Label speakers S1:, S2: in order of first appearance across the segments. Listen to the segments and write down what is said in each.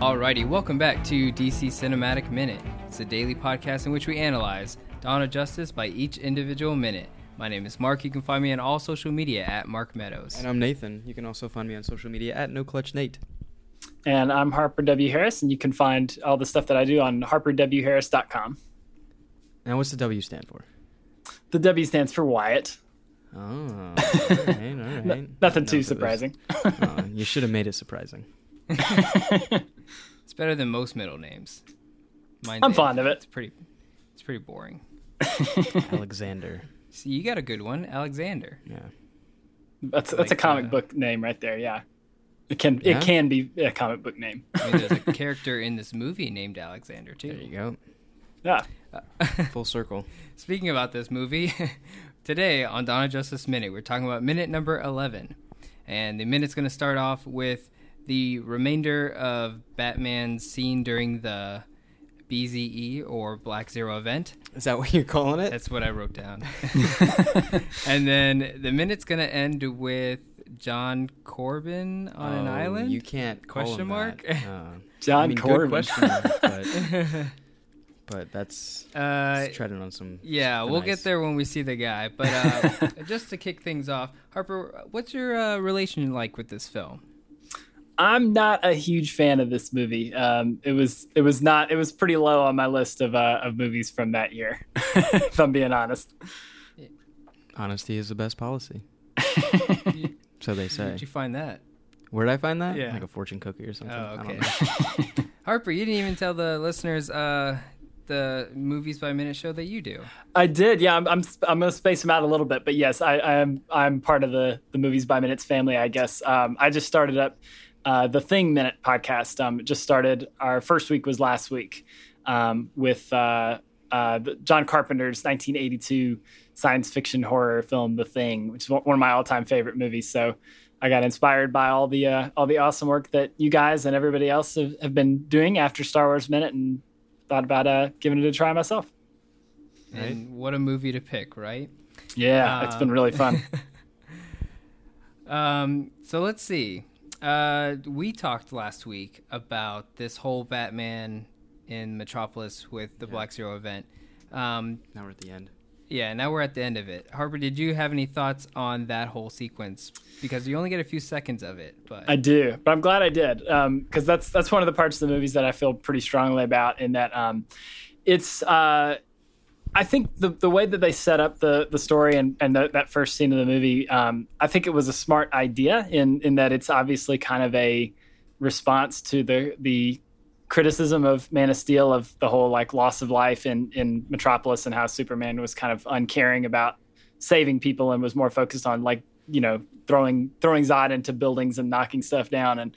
S1: Alrighty, welcome back to DC Cinematic Minute. It's a daily podcast in which we analyze Dawn of Justice by each individual minute. My name is Mark. You can find me on all social media at Mark Meadows.
S2: uh,
S3: And I'm Nathan. You can also find me on social media at NoClutchNate.
S2: And I'm Harper W. Harris, and you can find all the stuff that I do on harperwharris.com.
S3: Now, what's the W stand for?
S2: The W stands for Wyatt.
S3: Oh, all right, all right.
S2: Nothing
S3: Enough of
S2: too
S3: this.
S2: surprising.
S3: Oh, you should have made it surprising.
S1: It's better than most middle names. Mine's
S2: I'm fond of it.
S1: It's pretty. It's pretty boring.
S3: Alexander.
S1: See, you got a good one, Alexander.
S3: Yeah.
S2: That's that's a
S1: Like,
S2: comic
S1: uh,
S2: book name right there. Yeah, it can
S3: Yeah?
S2: it can be a comic book name.
S1: I mean, there's a character in this movie named Alexander
S3: There
S1: too.
S3: you go.
S2: yeah,
S3: Full circle.
S1: Speaking about this movie, today on Donna Justice Minute, we're talking about minute number 11. And the minute's going to start off with the remainder of Batman's scene during the BZE or Black Zero event.
S3: Is that what you're calling it?
S1: That's what I wrote down. and then the minute's going to end with John Corbin on an
S3: Oh,
S1: island.
S3: You can't call
S1: Question
S3: him
S1: mark?
S3: that. Uh,
S2: John
S3: I mean,
S2: Corbin.
S3: Good question, but, but that's
S1: uh,
S3: it's treading on some.
S1: yeah,
S3: the
S1: we'll
S3: nice.
S1: get there when we see the guy. But uh, just to kick things off, Harper, what's your uh, relation like with this film?
S2: I'm not a huge fan of this movie. Um, it was it was not it was pretty low on my list of uh, of movies from that year. if I'm being honest,
S3: Honesty is the best policy. so they say.
S1: Where'd you find that?
S3: Where'd I find that?
S2: Yeah.
S3: Like a fortune cookie or something.
S1: Oh,
S3: I
S1: okay.
S3: don't know.
S1: Harper, you didn't even tell the listeners uh, the movies by minute show that you do.
S2: I did. Yeah, I'm I'm, sp- I'm gonna space them out a little bit, but yes, I I'm I'm part of the the movies by minutes family. I guess um, I just started up uh, the Thing Minute podcast. Um, it just started. Our first week was last week um, with uh, uh, the, John Carpenter's 1982 science fiction horror film, The Thing, which is one one of my all time favorite movies. So. I got inspired by all the uh, all the awesome work that you guys and everybody else have, have been doing after Star Wars Minute, and thought about uh, giving it a try myself.
S1: And what a movie to pick, right?
S2: Yeah, it's been
S1: Um,
S2: really fun.
S1: Um, so let's see. Uh, we talked last week about this whole Batman in Metropolis with the Black Zero event. Um,
S3: Now we're at the end.
S1: Yeah, now we're at the end of it. Harper, did you have any thoughts on that whole sequence? Because you only get a few seconds of it, but
S2: I do, but I'm glad I did because that's that's one of the parts of the movies that I feel pretty strongly about. In that, um, it's uh, I think the the way that they set up the the story and and the, that first scene of the movie, um, I think it was a smart idea in in that it's obviously kind of a response to the the criticism of Man of Steel of the whole like loss of life in in Metropolis and how Superman was kind of uncaring about saving people and was more focused on like you know throwing throwing Zod into buildings and knocking stuff down and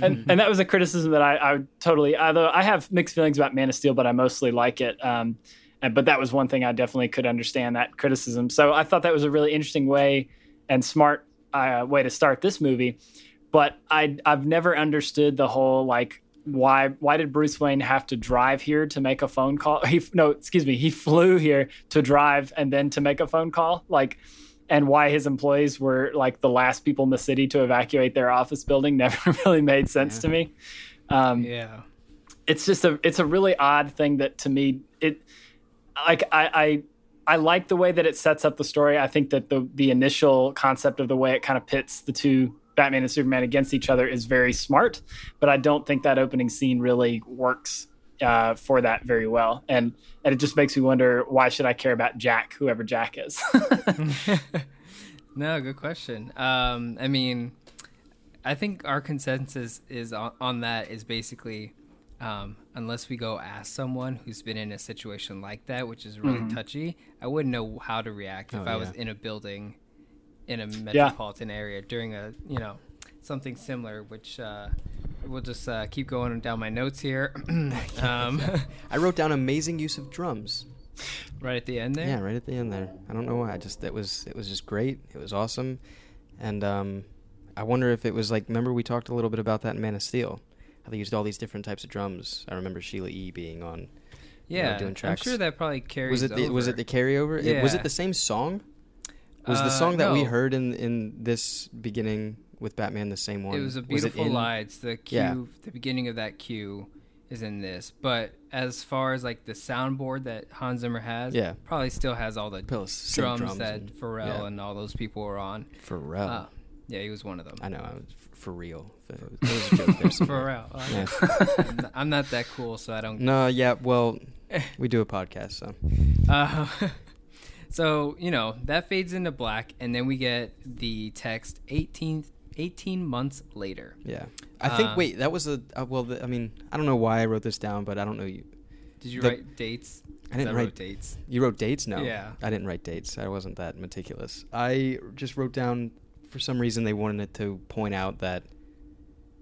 S2: and, and that was a criticism that I, I would totally although I have mixed feelings about Man of Steel but I mostly like it um, and, but that was one thing I definitely could understand that criticism so I thought that was a really interesting way and smart uh, way to start this movie but I I've never understood the whole like why why did Bruce Wayne have to drive here to make a phone call? He no, excuse me, he flew here to drive and then to make a phone call. Like and why his employees were like the last people in the city to evacuate their office building never really made sense to me. Um,
S1: yeah,
S2: it's just a it's a really odd thing that to me it like I I I like the way that it sets up the story. I think that the the initial concept of the way it kind of pits the two Batman and Superman against each other is very smart, but I don't think that opening scene really works uh, for that very well. And and it just makes me wonder why should I care about Jack, whoever Jack is.
S1: no, good question. Um, I mean, I think our consensus is on, on that is basically, um, unless we go ask someone who's been in a situation like that, which is really touchy, I wouldn't know how to react if
S3: Mm-hmm. Oh,
S1: I was
S3: yeah.
S1: in a building in a metropolitan area during a you know something similar, which. Uh, We'll just uh, keep going down my notes here. um,
S3: I wrote down amazing use of drums.
S1: right at the end there.
S3: Yeah, right at the end there. I don't know why. I just it was it was just great. It was awesome, and um, I wonder if it was like. Remember we talked a little bit about that in Man of Steel. How they used all these different types of drums. I remember Sheila E. being on. you know,
S1: Yeah,
S3: doing
S1: I'm
S3: tracks.
S1: sure that probably carries.
S3: was it the, was it
S1: over.
S3: the carryover? It- was
S1: Yeah.
S3: it the same song? Was
S1: Uh,
S3: the song that we
S1: no.
S3: heard in in this beginning with Batman the same one?
S1: It was a beautiful
S3: in-
S1: lie. It's the cue,
S3: Yeah.
S1: the beginning of that cue is in this. But as far as like the soundboard that Hans Zimmer has,
S3: Yeah.
S1: probably still has all the
S3: Probably
S1: drums,
S3: s- same drums
S1: that
S3: and-
S1: Pharrell
S3: yeah.
S1: and all those people were on.
S3: Pharrell.
S1: Uh, yeah, he was one of them.
S3: I know. I was f- for real. It was, it was a joke there somewhere.
S1: Pharrell. Oh, yeah. I'm not- I'm not that cool, so I don't
S3: No, yeah. Well,
S1: Eh.
S3: we do a podcast, so
S1: Uh, so you know that fades into black, and then we get the text 18, 18 months later.
S3: yeah. I think.
S1: Uh,
S3: wait, that was a. Uh, well, the, I mean, I don't know why I wrote this down, but I don't know you.
S1: Did you
S3: The-
S1: write dates?
S3: I didn't
S1: I wrote
S3: write-
S1: dates.
S3: You wrote dates? No.
S1: Yeah.
S3: I didn't write dates. I wasn't that meticulous. I just wrote down, for some reason, they wanted it to point out that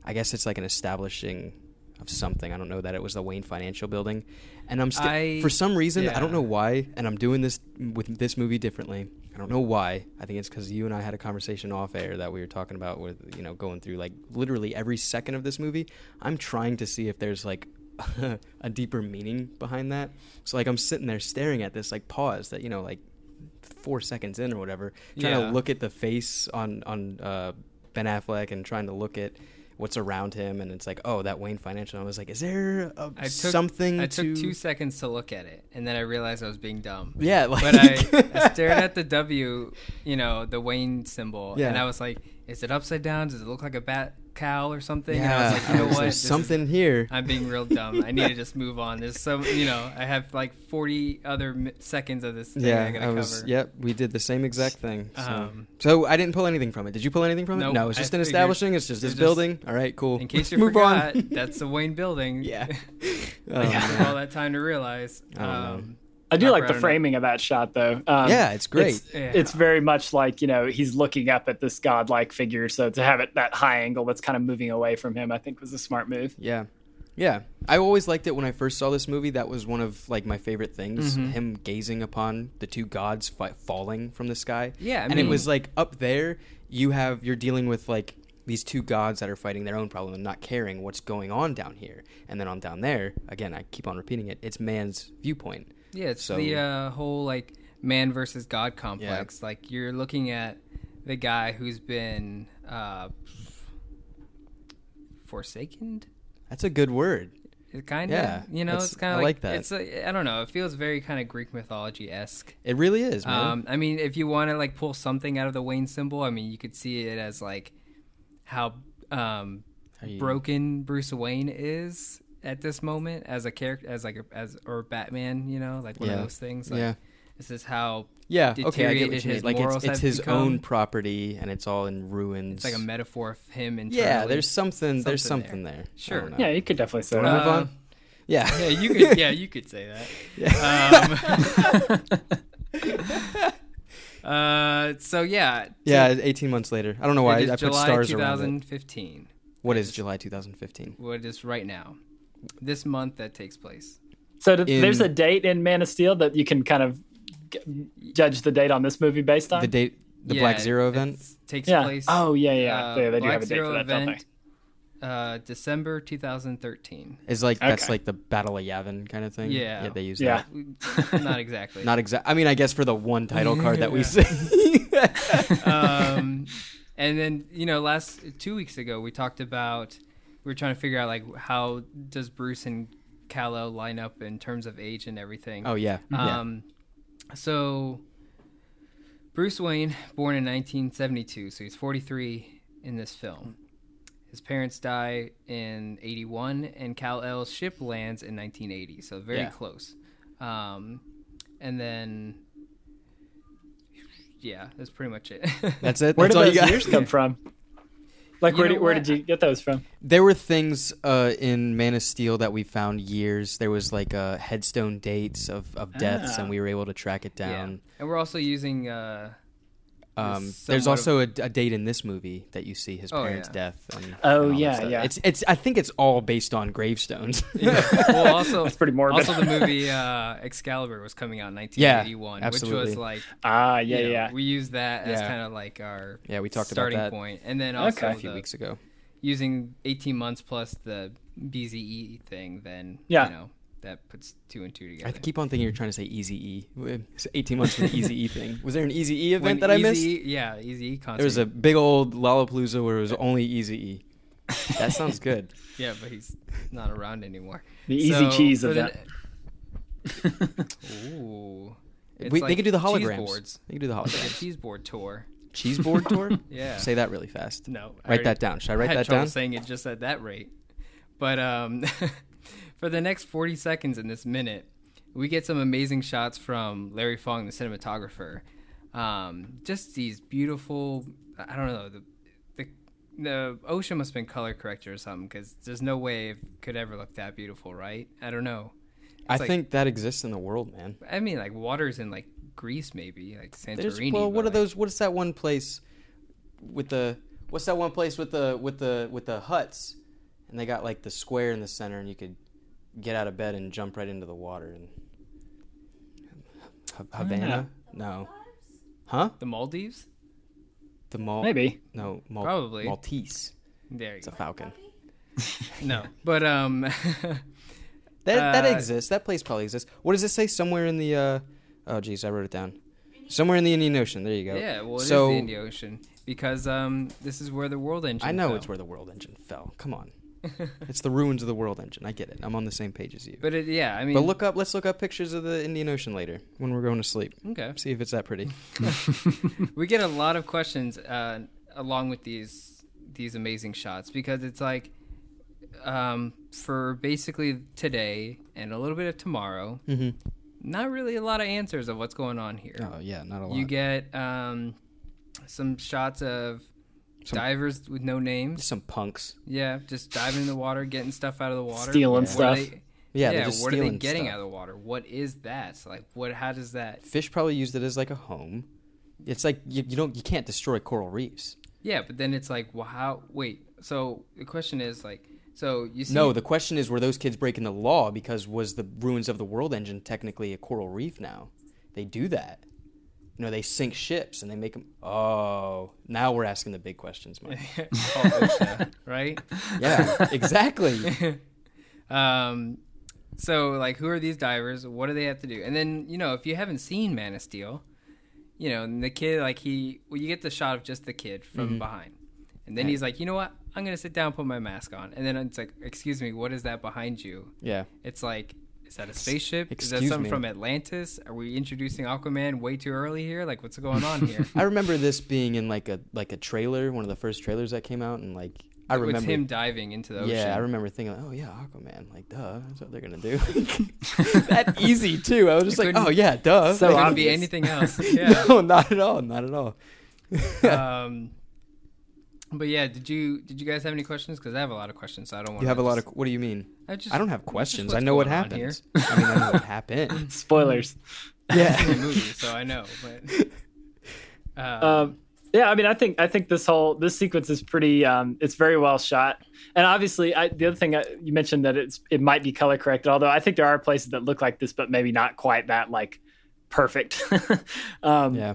S3: I guess it's like an establishing of something. I don't know that it was the Wayne Financial Building. And I'm
S1: I-
S3: still, for some reason, I
S1: yeah.
S3: don't know why, and I'm doing this with this movie differently. I don't know why. I think it's because you and I had a conversation off air that we were talking about with, you know, going through like literally every second of this movie. I'm trying to see if there's like a deeper meaning behind that. So like I'm sitting there staring at this like pause that, you know, like four seconds in or whatever, trying
S1: Yeah.
S3: to look at the face on on uh, Ben Affleck and trying to look at what's around him, and it's like, oh, that Wayne Financial. I was like, is there a,
S1: I took
S3: something?
S1: I took
S3: to...
S1: two seconds to look at it, and then I realized I was being dumb.
S3: Yeah, like
S1: But I, I stared at the W, you know, the Wayne symbol,
S3: Yeah.
S1: and I was like, "Is it upside down? Does it look like a bat cowl or something?" And I was like, "You know
S3: there's
S1: what? This is-
S3: something here.
S1: I'm being real dumb. I need to just move on. There's so you know, I have like 40 other mi- seconds of this thing
S3: yeah,
S1: I
S3: I,
S1: gotta
S3: was.
S1: cover.
S3: Yep, we did the same exact thing. So.
S1: Um,
S3: so I didn't pull anything from it. Did you pull anything from it?
S1: Nope,
S3: no, it's
S1: I
S3: just an
S1: figured-
S3: establishing. It's just
S1: it was
S3: this
S1: just-
S3: building. All right, cool.
S1: In case you
S3: Move
S1: forgot,
S3: on.
S1: that's the Wayne building.
S3: yeah. Oh,
S1: Took
S3: man.
S1: all that time to realize.
S3: I don't know.
S1: Um,
S2: I do
S1: Robert,
S2: like
S1: I
S2: the
S1: don't know.
S2: framing of that shot, though. Um,
S3: Yeah, it's great.
S2: It's,
S1: Yeah.
S2: it's very much like you know he's looking up at this godlike figure, so to have it that high angle that's kind of moving away from him, I think was a smart move.
S3: Yeah. Yeah. I always liked it when I first saw this movie. That was one of like my favorite things.
S1: Mm-hmm.
S3: Him gazing upon the two gods fi- falling from the sky.
S1: Yeah, I
S3: and
S1: mean-
S3: it was like up there, you have you're dealing with like these two gods that are fighting their own problem and not caring what's going on down here. And then on down there, again, I keep on repeating it. It's man's viewpoint.
S1: yeah, it's
S3: So-
S1: the uh, whole like man versus God complex. Like you're looking at the guy who's been uh, forsaken.
S3: That's a good word.
S1: It kind of,
S3: Yeah,
S1: you know,
S3: that's-
S1: it's kind of
S3: I
S1: like,
S3: like that.
S1: It's uh, I I don't know. It feels very kind of Greek mythology esque.
S3: It really is, man.
S1: Um, I mean, if you want to like pull something out of the Wayne symbol, I mean, you could see it as like how um,
S3: you-
S1: broken Bruce Wayne is at this moment as a character, as like a, as or Batman, you know, like one of
S3: Yeah.
S1: those things. Like,
S3: Yeah.
S1: This is how
S3: yeah, okay, I
S1: deteriorated
S3: get what you mean.
S1: his
S3: Like
S1: morals
S3: it's, it's
S1: have
S3: his
S1: become.
S3: own property and it's all in
S1: it's
S3: ruins.
S1: like a metaphor of him internally.
S3: yeah, there's something, there's
S1: something
S3: something there. I don't
S1: Sure.
S3: know.
S2: Yeah, you could definitely say
S3: Wanna
S2: that.
S3: move
S1: Uh,
S3: on? Yeah.
S1: yeah, you could yeah you could say that. Um, uh, so yeah,
S3: Yeah, 18 months later. I don't know why
S1: it is
S3: I put
S1: July
S3: stars around it.
S1: 2015.
S3: What is July 2015?
S1: What is right now, this month that takes place.
S2: So th-
S3: in-
S2: there's a date in Man of Steel that you can kind of g- judge the date on this movie based on.
S3: The date, the
S1: Yeah,
S3: Black Zero event?
S1: it's- takes
S2: yeah.
S1: place.
S2: Oh yeah, yeah.
S1: uh,
S2: yeah they do
S1: Black
S2: have a date
S1: Zero
S2: for that, don't they?
S1: event, Uh, December 2013.
S3: Is like, that's
S2: Okay.
S3: like the Battle of Yavin kind of thing?
S1: Yeah.
S3: Yeah, they use
S2: Yeah.
S3: that.
S1: Not exactly.
S3: Not exact. I mean, I guess for the one title card that we see.
S1: um, and then you know, last two weeks ago we talked about we were trying to figure out like how does Bruce and Kal El line up in terms of age and everything.
S3: oh, yeah. yeah.
S1: Um, so Bruce Wayne, born in 1972, so he's 43 in this film. His parents die in 81, and Cal L's ship lands in 1980, so very
S3: Yeah.
S1: close. Um, and then, yeah, that's pretty much it.
S3: That's it.
S2: Where
S3: that's
S2: did
S3: all you
S2: those
S3: got.
S2: years come from? Like
S1: You
S2: where
S1: know
S2: did, where
S1: what?
S2: did you get those from?
S3: There were things uh, in Man of Steel that we found years. There was like uh, headstone dates of, of deaths,
S2: Ah.
S3: and we were able to track it
S1: yeah.
S3: down.
S1: And we're also using uh,
S3: Um,
S1: There's
S3: there's
S1: somewhat
S3: also a, a date in this movie that you see his
S1: Oh,
S3: parents'
S1: yeah.
S3: death. And, and
S2: Oh,
S3: all that
S2: yeah,
S3: stuff.
S2: yeah.
S3: It's it's. I think it's all based on gravestones.
S1: well, also
S2: That's pretty morbid.
S1: Also, the movie uh, Excalibur was coming out in 1981, which was
S3: absolutely.
S1: like
S2: Ah, yeah,
S1: you know,
S2: yeah.
S1: we use that as
S3: Yeah.
S1: kind of like our
S3: Yeah, we talked about
S1: starting
S3: that
S1: point. and then also
S2: Okay.
S3: a few
S1: the-
S3: weeks ago.
S1: using 18 months plus the BZE E thing. Then
S2: Yeah.
S1: you know that puts two and two together.
S3: I keep on thinking you're trying to say Easy E. Eighteen months from the Easy E thing. Was there an Easy E event that I missed?
S1: Eazy-E Yeah, Easy concert.
S3: There was a big old Lollapalooza where it was only Easy E. That sounds good.
S1: yeah, but he's not around anymore.
S2: The
S3: E
S2: Easy Cheese
S1: so
S2: event.
S1: then- Ooh, It's
S3: we, they
S1: like
S3: could do the
S1: cheese
S3: holograms.
S1: boards.
S3: They could do the
S1: It's like a
S3: holograms.
S1: cheese board tour.
S3: cheese board tour.
S1: Yeah.
S3: Say that really fast.
S1: No, I
S3: Write
S1: already-
S3: that down. Should I write
S1: had
S3: that
S1: trouble
S3: down?
S1: Saying it just at that rate, but um, for the next forty seconds in this minute, we get some amazing shots from Larry Fong, the cinematographer. Um, just these beautiful. I don't know the the, the ocean must have been color corrected or something because there's no way it could ever look that beautiful, right? I don't know.
S3: I
S1: It's like-
S3: think that exists in the world, man.
S1: I mean, like waters in like Greece, maybe like
S3: There's
S1: Santorini.
S3: well,
S1: but,
S3: what are
S1: like,
S3: those? What's that one place with the? What's that one place with the with the with the huts? And they got like the square in the center, and you could get out of bed and jump right into the water. And Ha- Havana? No, huh?
S1: The Maldives?
S3: The Mal?
S2: Maybe.
S3: No, Mal-
S1: Probably.
S3: Maltese.
S1: There you
S3: It's a
S1: go.
S3: falcon.
S1: No, but um,
S3: That that
S1: Uh,
S3: exists. That place probably exists. What does it say? Somewhere in the uh, oh geez, I wrote it down. Somewhere in the Indian Ocean. There you go.
S1: Yeah, well, it is
S3: so
S1: the Indian Ocean because um, this is where the world engine.
S3: I know
S1: fell.
S3: it's where the world engine fell. Come on, it's the ruins of the world engine. I get it. I'm on the same page as you. But,
S1: But it, yeah, I mean,
S3: look up. Let's look up pictures of the Indian Ocean later when we're going to sleep.
S1: okay,
S3: See if it's that pretty.
S1: we get a lot of questions uh, along with these these amazing shots because it's like um, for basically today and a little bit of tomorrow,
S3: Mhm.
S1: not really a lot of answers of what's going on here.
S3: Oh yeah, not a lot.
S1: you get um, some shots of
S3: Some-
S1: divers with no names.
S3: some punks.
S1: Yeah, just diving in the water, getting stuff out of the water,
S2: Stealing
S1: What are
S2: stuff.
S1: they-
S3: Yeah, they're just
S1: what are
S3: stealing
S1: they getting
S3: stuff.
S1: out of the water? What is that? So, like, what? How does that?
S3: Fish probably used it as like a home. It's like you, you don't you can't destroy coral reefs.
S1: Yeah, but then it's like, well, how? Wait. So the question is like, so you see?
S3: No, the question is were those kids breaking the law because was the ruins of the world engine technically a coral reef now? They do that. You know, they sink ships and they make them. Oh, now we're asking the big questions, Mike.
S1: Call OSHA, right?
S3: yeah, exactly.
S1: Um, so like, who are these divers? What do they have to do? And then you know, if you haven't seen Man of Steel, you know, and the kid like he, well, you get the shot of just the kid from
S3: Mm-hmm.
S1: behind, and then he's like, you know what? I'm gonna sit down, put my mask on, and then it's like, excuse me, what is that behind you?
S3: Yeah.
S1: It's like, is that a spaceship? Is that
S3: excuse
S1: something
S3: me.
S1: from Atlantis? Are we introducing Aquaman way too early here? Like, what's going on here?
S3: I remember this being in like a like a trailer, one of the first trailers that came out, and like I
S1: With
S3: remember.
S1: him diving into the ocean.
S3: yeah, I remember thinking, oh yeah, Aquaman, like duh, that's what they're gonna do. that easy too. I was just
S1: It
S3: like,
S1: couldn't-
S3: oh yeah, duh.
S2: So
S1: It
S3: Like,
S1: couldn't be
S2: obvious.
S1: anything else. Yeah.
S3: No, not at all, not at all.
S1: um, but yeah, did you did you guys have any questions? Because I have a lot of questions. So I don't want
S3: You have a lot of. What do you mean?
S1: I, just,
S3: I don't have questions.
S1: what's
S3: I know what
S1: going on here.
S3: happens. I mean, I know what happened.
S2: Spoilers.
S1: the
S3: Yeah.
S1: movie, so I know. But uh,
S2: Um, yeah, I mean, I think I think this whole this sequence is pretty. Um, it's very well shot, and obviously, I, the other thing I, you mentioned that it's it might be color corrected. Although I think there are places that look like this, but maybe not quite that like perfect. um,
S3: yeah.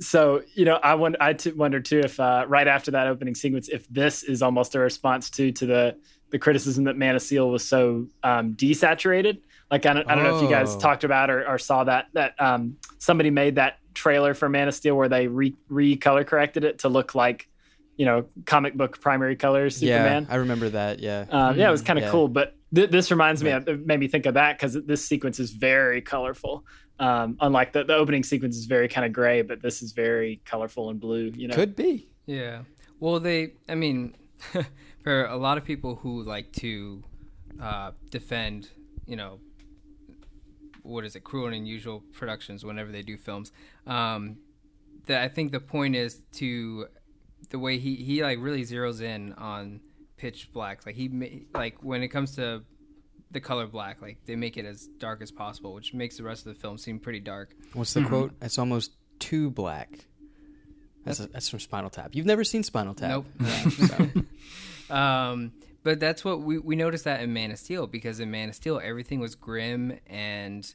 S2: So you know, I wonder, I t- wonder too if uh, right after that opening sequence, if this is almost a response to to the the criticism that Man of Steel was so um, desaturated. Like I don't, I don't know if you guys
S3: Oh.
S2: talked about or, or saw that that um, somebody made that trailer for Man of Steel where they re re color corrected it to look like you know comic book primary colors Superman.
S3: Yeah. I remember that. Yeah.
S1: Uh,
S2: Um, yeah, it was kind of
S3: Hmm, yeah.
S2: cool. But th- this reminds me, of, it made me think of that because this sequence is very colorful. Um, unlike the, the opening sequence is very kind of gray, but this is very colorful and blue. You know,
S3: Could be.
S1: yeah. Well, they. I mean, for a lot of people who like to uh, defend, you know, what is it, cruel and unusual productions whenever they do films. Um, that I think the point is to the way he he like really zeroes in on pitch black. Like he ma- like when it comes to the color black, like they make it as dark as possible, which makes the rest of the film seem pretty dark.
S3: What's the quote? It's almost too black. That's a, that's from Spinal Tap. You've never seen Spinal Tap.
S1: Nope.
S3: Yeah, so.
S1: Um, but that's what we we noticed that in Man of Steel because in Man of Steel everything was grim and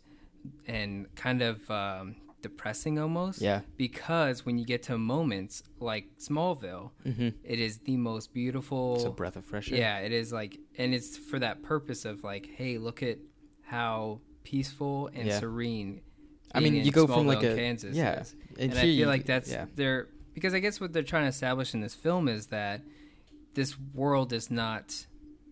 S1: and kind of um, depressing almost.
S3: Yeah.
S1: Because when you get to moments like Smallville,
S3: Mm-hmm.
S1: it is the most beautiful.
S3: It's a breath of fresh air.
S1: Yeah, it is like, and it's for that purpose of like, hey, look at how peaceful and
S3: Yeah.
S1: serene.
S3: I
S1: being
S3: mean,
S1: in
S3: you go
S1: small
S3: from like
S1: town
S3: a
S1: Kansas
S3: yeah,
S1: is.
S3: and,
S1: and, I
S3: here
S1: feel
S3: you-
S1: like that's
S3: yeah.
S1: they're because I guess what they're trying to establish in this film is that this world is not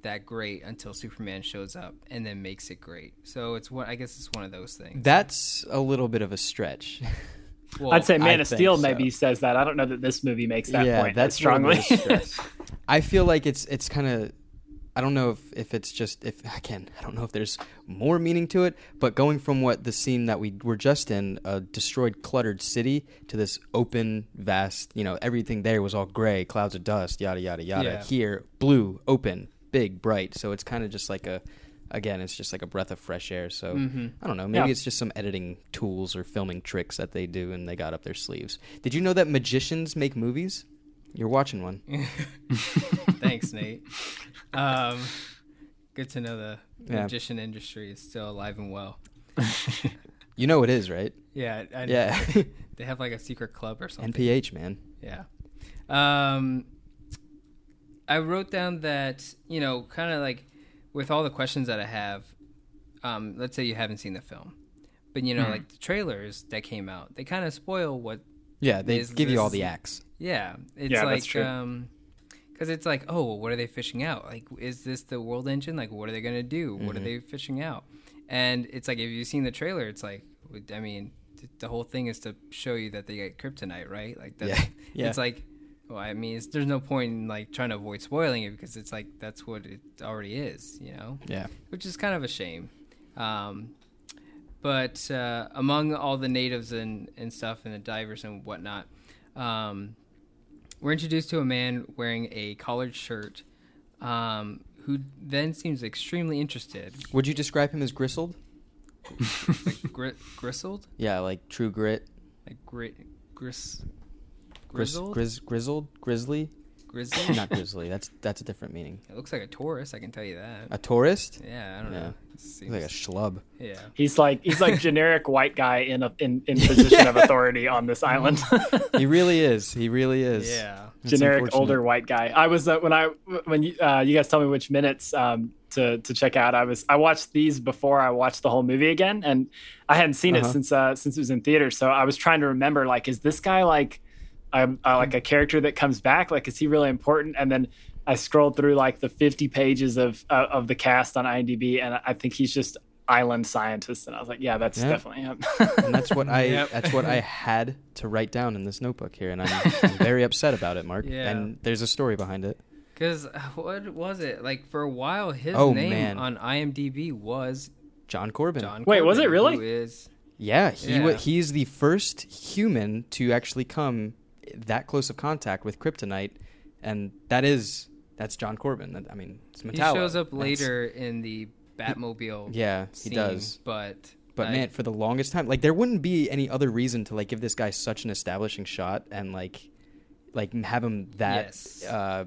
S1: that great until Superman shows up and then makes it great. So it's what I guess it's one of those things.
S3: That's a little bit of a stretch.
S1: Well,
S2: I'd say Man
S3: I
S2: of
S3: think
S2: Steel
S3: so.
S2: maybe says that. I don't know that this movie makes that
S3: yeah,
S2: point
S3: that's
S2: as
S3: a little
S2: strongly.
S3: bit of a stretch. I feel like it's it's kind of. I don't know if, if it's just if again I don't know if there's more meaning to it, but going from what the scene that we were just in, a destroyed, cluttered city, to this open, vast, you know, everything there was all gray, clouds of dust, yada yada yada.
S1: Yeah.
S3: Here, blue, open, big, bright. So it's kind of just like a, again, it's just like a breath of fresh air. So I don't know, maybe
S2: Yeah.
S3: it's just some editing tools or filming tricks that they do and they got up their sleeves. Did you know that magicians make movies? You're watching one.
S1: Thanks, Nate. Um, good to know the
S3: Yeah.
S1: magician industry is still alive and well.
S3: You know it is, right?
S1: Yeah, I,
S3: Yeah.
S1: They have like a secret club or something.
S3: NPH, man.
S1: Yeah. Um, I wrote down that, you know, kind of like with all the questions that I have, um, let's say you haven't seen the film, but, you know, like the trailers that came out, they kind of spoil what,
S3: Yeah, they
S1: Is
S3: give you all
S1: this-
S3: the acts.
S1: yeah. It's
S2: Yeah,
S1: like,
S2: that's true.
S1: um, because it's like, oh, well, what are they fishing out? Like, is this the world engine? Like, what are they going to do? What are
S2: Mm-hmm.
S1: they fishing out? And it's like, if you've seen the trailer, it's like, I mean, th- the whole thing is to show you that they get kryptonite, right? Like, that's,
S3: Yeah. Yeah.
S1: it's like, well, I mean, it's, there's no point in like trying to avoid spoiling it because it's like, that's what it already is, you know?
S3: Yeah.
S1: which is kind of a shame. Um, but uh, among all the natives and, and stuff and the divers and whatnot, um, we're introduced to a man wearing a collared shirt um, who then seems extremely interested.
S3: Would you describe him as gristled?
S1: Like gri- gristled?
S3: Yeah, like true grit.
S1: Like gri- gris-
S3: Gris,
S1: grizzled?
S3: grizz, grizzled? Grizzly?
S1: grizzled?
S3: Not grizzly. That's that's a different meaning.
S1: It looks like a Taurus, I can tell you that.
S3: A tourist?
S1: Yeah, I don't
S3: Uh, Yeah.
S1: know. It
S3: He's like a
S1: seems-
S3: schlub.
S1: yeah.
S2: He's like he's like generic white guy in a in, in position of authority on this island.
S3: He really is. He really is.
S1: Yeah.
S3: That's
S2: generic
S3: unfortunate.
S2: older white guy. I was uh, when I when you, uh, you guys tell me which minutes um, to to check out. I was I watched these before I watched the whole movie again, and I hadn't seen
S3: Uh-huh.
S2: it since uh, since it was in theater. So I was trying to remember like, is this guy like a, uh, like a character that comes back? Like, is he really important? And then I scrolled through like the fifty pages of uh, of the cast on IMDb, and I think he's just island scientist. And I was like, yeah, that's
S3: Yeah.
S2: definitely him.
S3: And that's what I
S1: Yep.
S3: that's what I had to write down in this notebook here, and I'm, I'm very upset about it, Mark.
S1: Yeah.
S3: And there's a story behind it.
S1: Because uh, what was it? Like, for a while, his
S3: Oh,
S1: name
S3: man.
S1: on IMDb was
S3: John Corbin.
S1: John.
S2: Wait, was
S1: Corbin,
S2: it really?
S1: who is-
S3: Yeah, he wa
S1: Yeah.
S3: he's the first human to actually come that close of contact with kryptonite, and that is that's John Corbin. That- I mean, it's
S1: he
S3: Metallo.
S1: shows up
S3: That's-
S1: later in the Batmobile.
S3: yeah, he
S1: scene,
S3: does.
S1: But
S3: But
S1: I-
S3: man, for the longest time, like there wouldn't be any other reason to like give this guy such an establishing shot and like like have him that
S1: Yes.
S3: uh,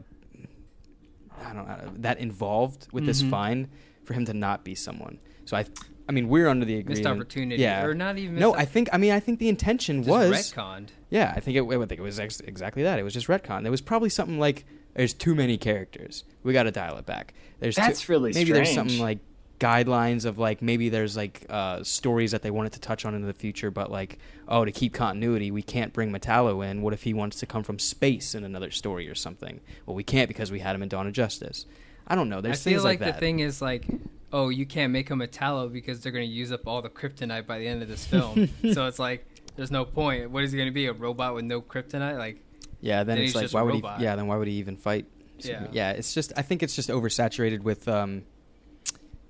S3: I don't know that involved with
S1: Mm-hmm.
S3: this fine for him to not be someone. So I, I mean, we're under the agreement.
S1: opportunity,
S3: yeah,
S1: or not even
S3: No,
S1: missed
S3: I think I mean I think the intention
S1: just
S3: was
S1: retconned.
S3: Yeah, I think it, I think it was ex- exactly that. It was just retcon. There was probably something like, "There's too many characters. We got to dial it back." There's too-
S2: That's really
S3: maybe there's
S2: strange.
S3: something like guidelines of like maybe there's like uh, stories that they wanted to touch on in the future, but like oh, to keep continuity, we can't bring Metallo in. What if he wants to come from space in another story or something? Well, we can't because we had him in Dawn of Justice. I don't know.
S1: I
S3: There's
S1: feel
S3: things
S1: like,
S3: like,
S1: the
S3: that.
S1: thing is like, oh, you can't make him a tallow because they're going to use up all the kryptonite by the end of this film. so it's like, there's no point. What is he going to be? A robot with no kryptonite? Like,
S3: Yeah, then,
S1: Then
S3: it's
S1: he's
S3: like
S1: just
S3: why
S1: a
S3: would
S1: robot.
S3: he? Yeah, then why would he even fight? Superman?
S1: Yeah.
S3: it's just I think it's just oversaturated with um,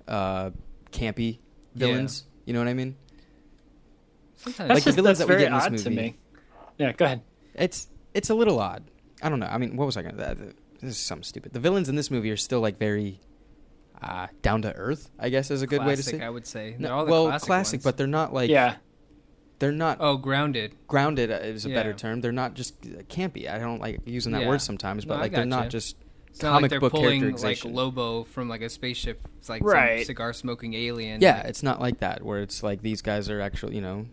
S3: uh, campy villains. You know what I mean?
S1: sometimes
S2: that's
S3: the
S2: just
S3: villains
S2: that's
S3: that we
S2: very
S3: get in this
S2: odd to
S3: movie.
S2: me. Yeah, go ahead.
S3: It's it's a little odd. I don't know. I mean, what was I gonna? That, this is something stupid. The villains in this movie are still like very uh, down to earth. I guess is a good way to
S1: classic,
S3: say.
S1: I would say.
S3: No,
S1: They're all the
S3: well,
S1: classic, ones.
S3: but they're not like
S2: yeah.
S3: they're not
S1: oh, grounded.
S3: grounded. uh, Is a better
S1: Yeah.
S3: term. They're not just uh, campy. I don't like using that
S1: Yeah.
S3: word sometimes, but
S1: No, I
S3: like they're not
S1: gotcha. Mm-hmm.
S3: just
S1: It's not like
S3: comic
S1: they're
S3: book
S1: pulling like
S3: characterization.
S1: Lobo from like a spaceship. It's like some
S2: Right.
S1: cigar smoking alien.
S3: Yeah,
S1: Like,
S3: it's not like that where it's like these guys are actually, you know,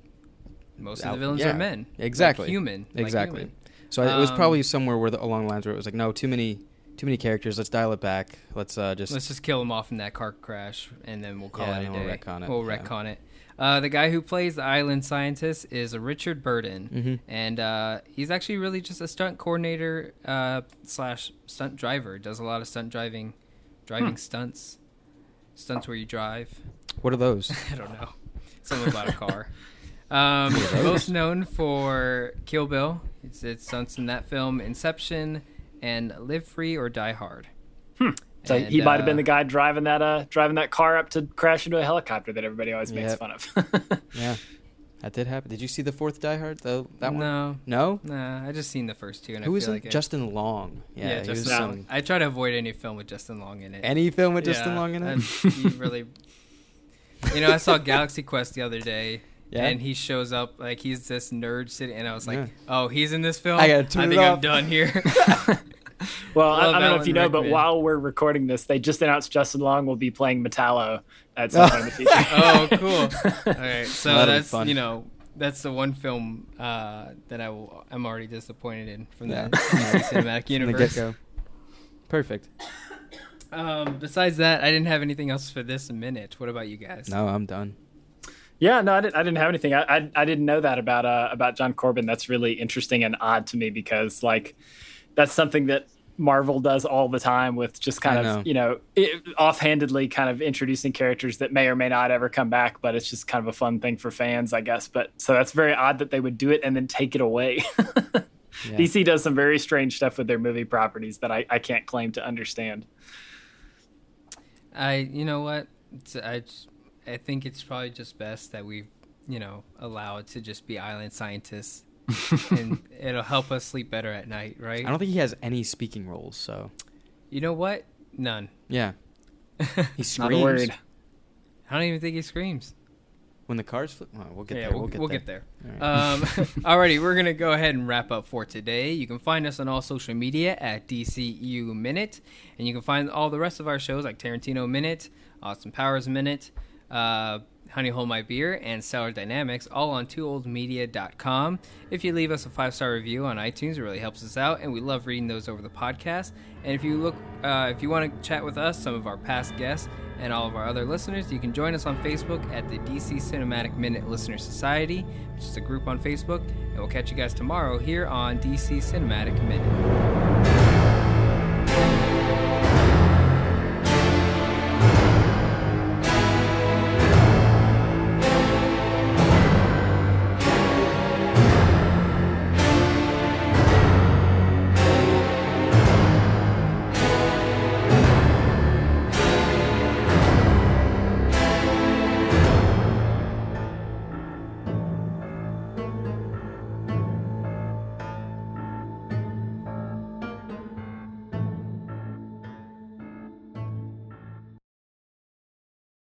S1: most of
S3: out-
S1: the villains
S3: yeah,
S1: are men. Like
S3: Exactly.
S1: human. like
S3: Exactly.
S1: human.
S3: So I it was
S1: Um,
S3: probably somewhere where the, along the lines where it was like, no, too many too many characters. Let's dial it back. Let's uh, just
S1: Let's just kill him off in that car crash, and then we'll call
S3: Yeah,
S1: it a
S3: and we'll
S1: day.
S3: retcon it,
S1: We'll
S3: yeah.
S1: retcon it. Uh, the guy who plays the island scientist is Richard Burden,
S3: Mhm.
S1: and uh, he's actually really just a stunt coordinator uh, slash stunt driver. Does a lot of stunt driving, driving stunts, stunts where you drive.
S3: what are those?
S1: I don't know, something about a car. Um, most known for Kill Bill. It's, it's stunts in that film, Inception, and Live Free or Die Hard.
S2: So he
S1: And,
S2: might have
S1: uh,
S2: been the guy driving that uh driving that car up to crash into a helicopter that everybody always makes
S3: Yep.
S2: fun of.
S3: yeah, that did happen. Did you see the fourth Die Hard? Though that one?
S1: No.
S3: No.
S1: Nah, I just seen the first two, and I
S3: Who was
S1: feel
S3: in?
S1: like it-
S3: Justin Long. Yeah,
S1: yeah,
S3: he
S1: Justin
S3: was
S1: Long.
S3: in
S1: I try to avoid any film with Justin Long in it.
S3: any film with Justin
S1: Yeah,
S3: Long in it.
S1: that's- He really, you know, I saw Galaxy Quest the other day.
S3: Yeah?
S1: And he shows up like he's this nerd sitting, and I was like,
S3: Yeah.
S1: "Oh, he's in this film.
S3: I gotta turn it
S1: think I'm
S3: off."
S1: done here."
S2: well, I, I
S1: Love
S2: don't know if
S1: Alan
S2: you know, but
S1: Rickman.
S2: while we're recording this, they just announced Justin Long will be playing Metallo at some point in the future.
S1: oh, cool. All right, so
S3: That'll be
S1: that's
S3: fun.
S1: you know that's the one film uh, that I will, I'm already disappointed in from
S3: Yeah.
S1: the cinematic
S3: From the
S1: universe.
S3: get go. Perfect.
S1: Um, besides that, I didn't have anything else for this minute. What about you guys?
S3: No, I'm done.
S2: Yeah, no, I didn't, I didn't have anything. I, I I didn't know that about uh about John Corbin. That's really interesting and odd to me because like that's something that Marvel does all the time with just kind
S3: I
S2: of
S3: know.
S2: you know it, offhandedly kind of introducing characters that may or may not ever come back, but it's just kind of a fun thing for fans, I guess. But so that's very odd that they would do it and then take it away.
S3: Yeah.
S2: DC does some very strange stuff with their movie properties that I, I can't claim to understand.
S1: I, you know what? It's, I, j- I think it's probably just best that we, you know, allow it to just be island scientists, and it'll help us sleep better at night, right?
S3: I don't think he has any speaking roles, so
S1: you know what? None.
S3: yeah. He
S2: Not
S3: screams
S2: a word.
S1: I don't even think he screams.
S3: when the cars flip. Oh, we'll get
S1: yeah,
S3: there.
S1: we'll, we'll get there.
S3: All
S1: Um, alrighty, we're gonna go ahead and wrap up for today. You can find us on all social media at DCU Minute, and you can find all the rest of our shows like Tarantino Minute, Austin Powers Minute, uh, Honey Hole My Beer, and Seller Dynamics, all on twooldmedia.com. If you leave us a five star review on iTunes, it really helps us out, and we love reading those over the podcast. And if you look, uh, if you want to chat with us, some of our past guests, and all of our other listeners, you can join us on Facebook at the DC Cinematic Minute Listener Society, which is a group on Facebook. And we'll catch you guys tomorrow here on DC Cinematic Minute.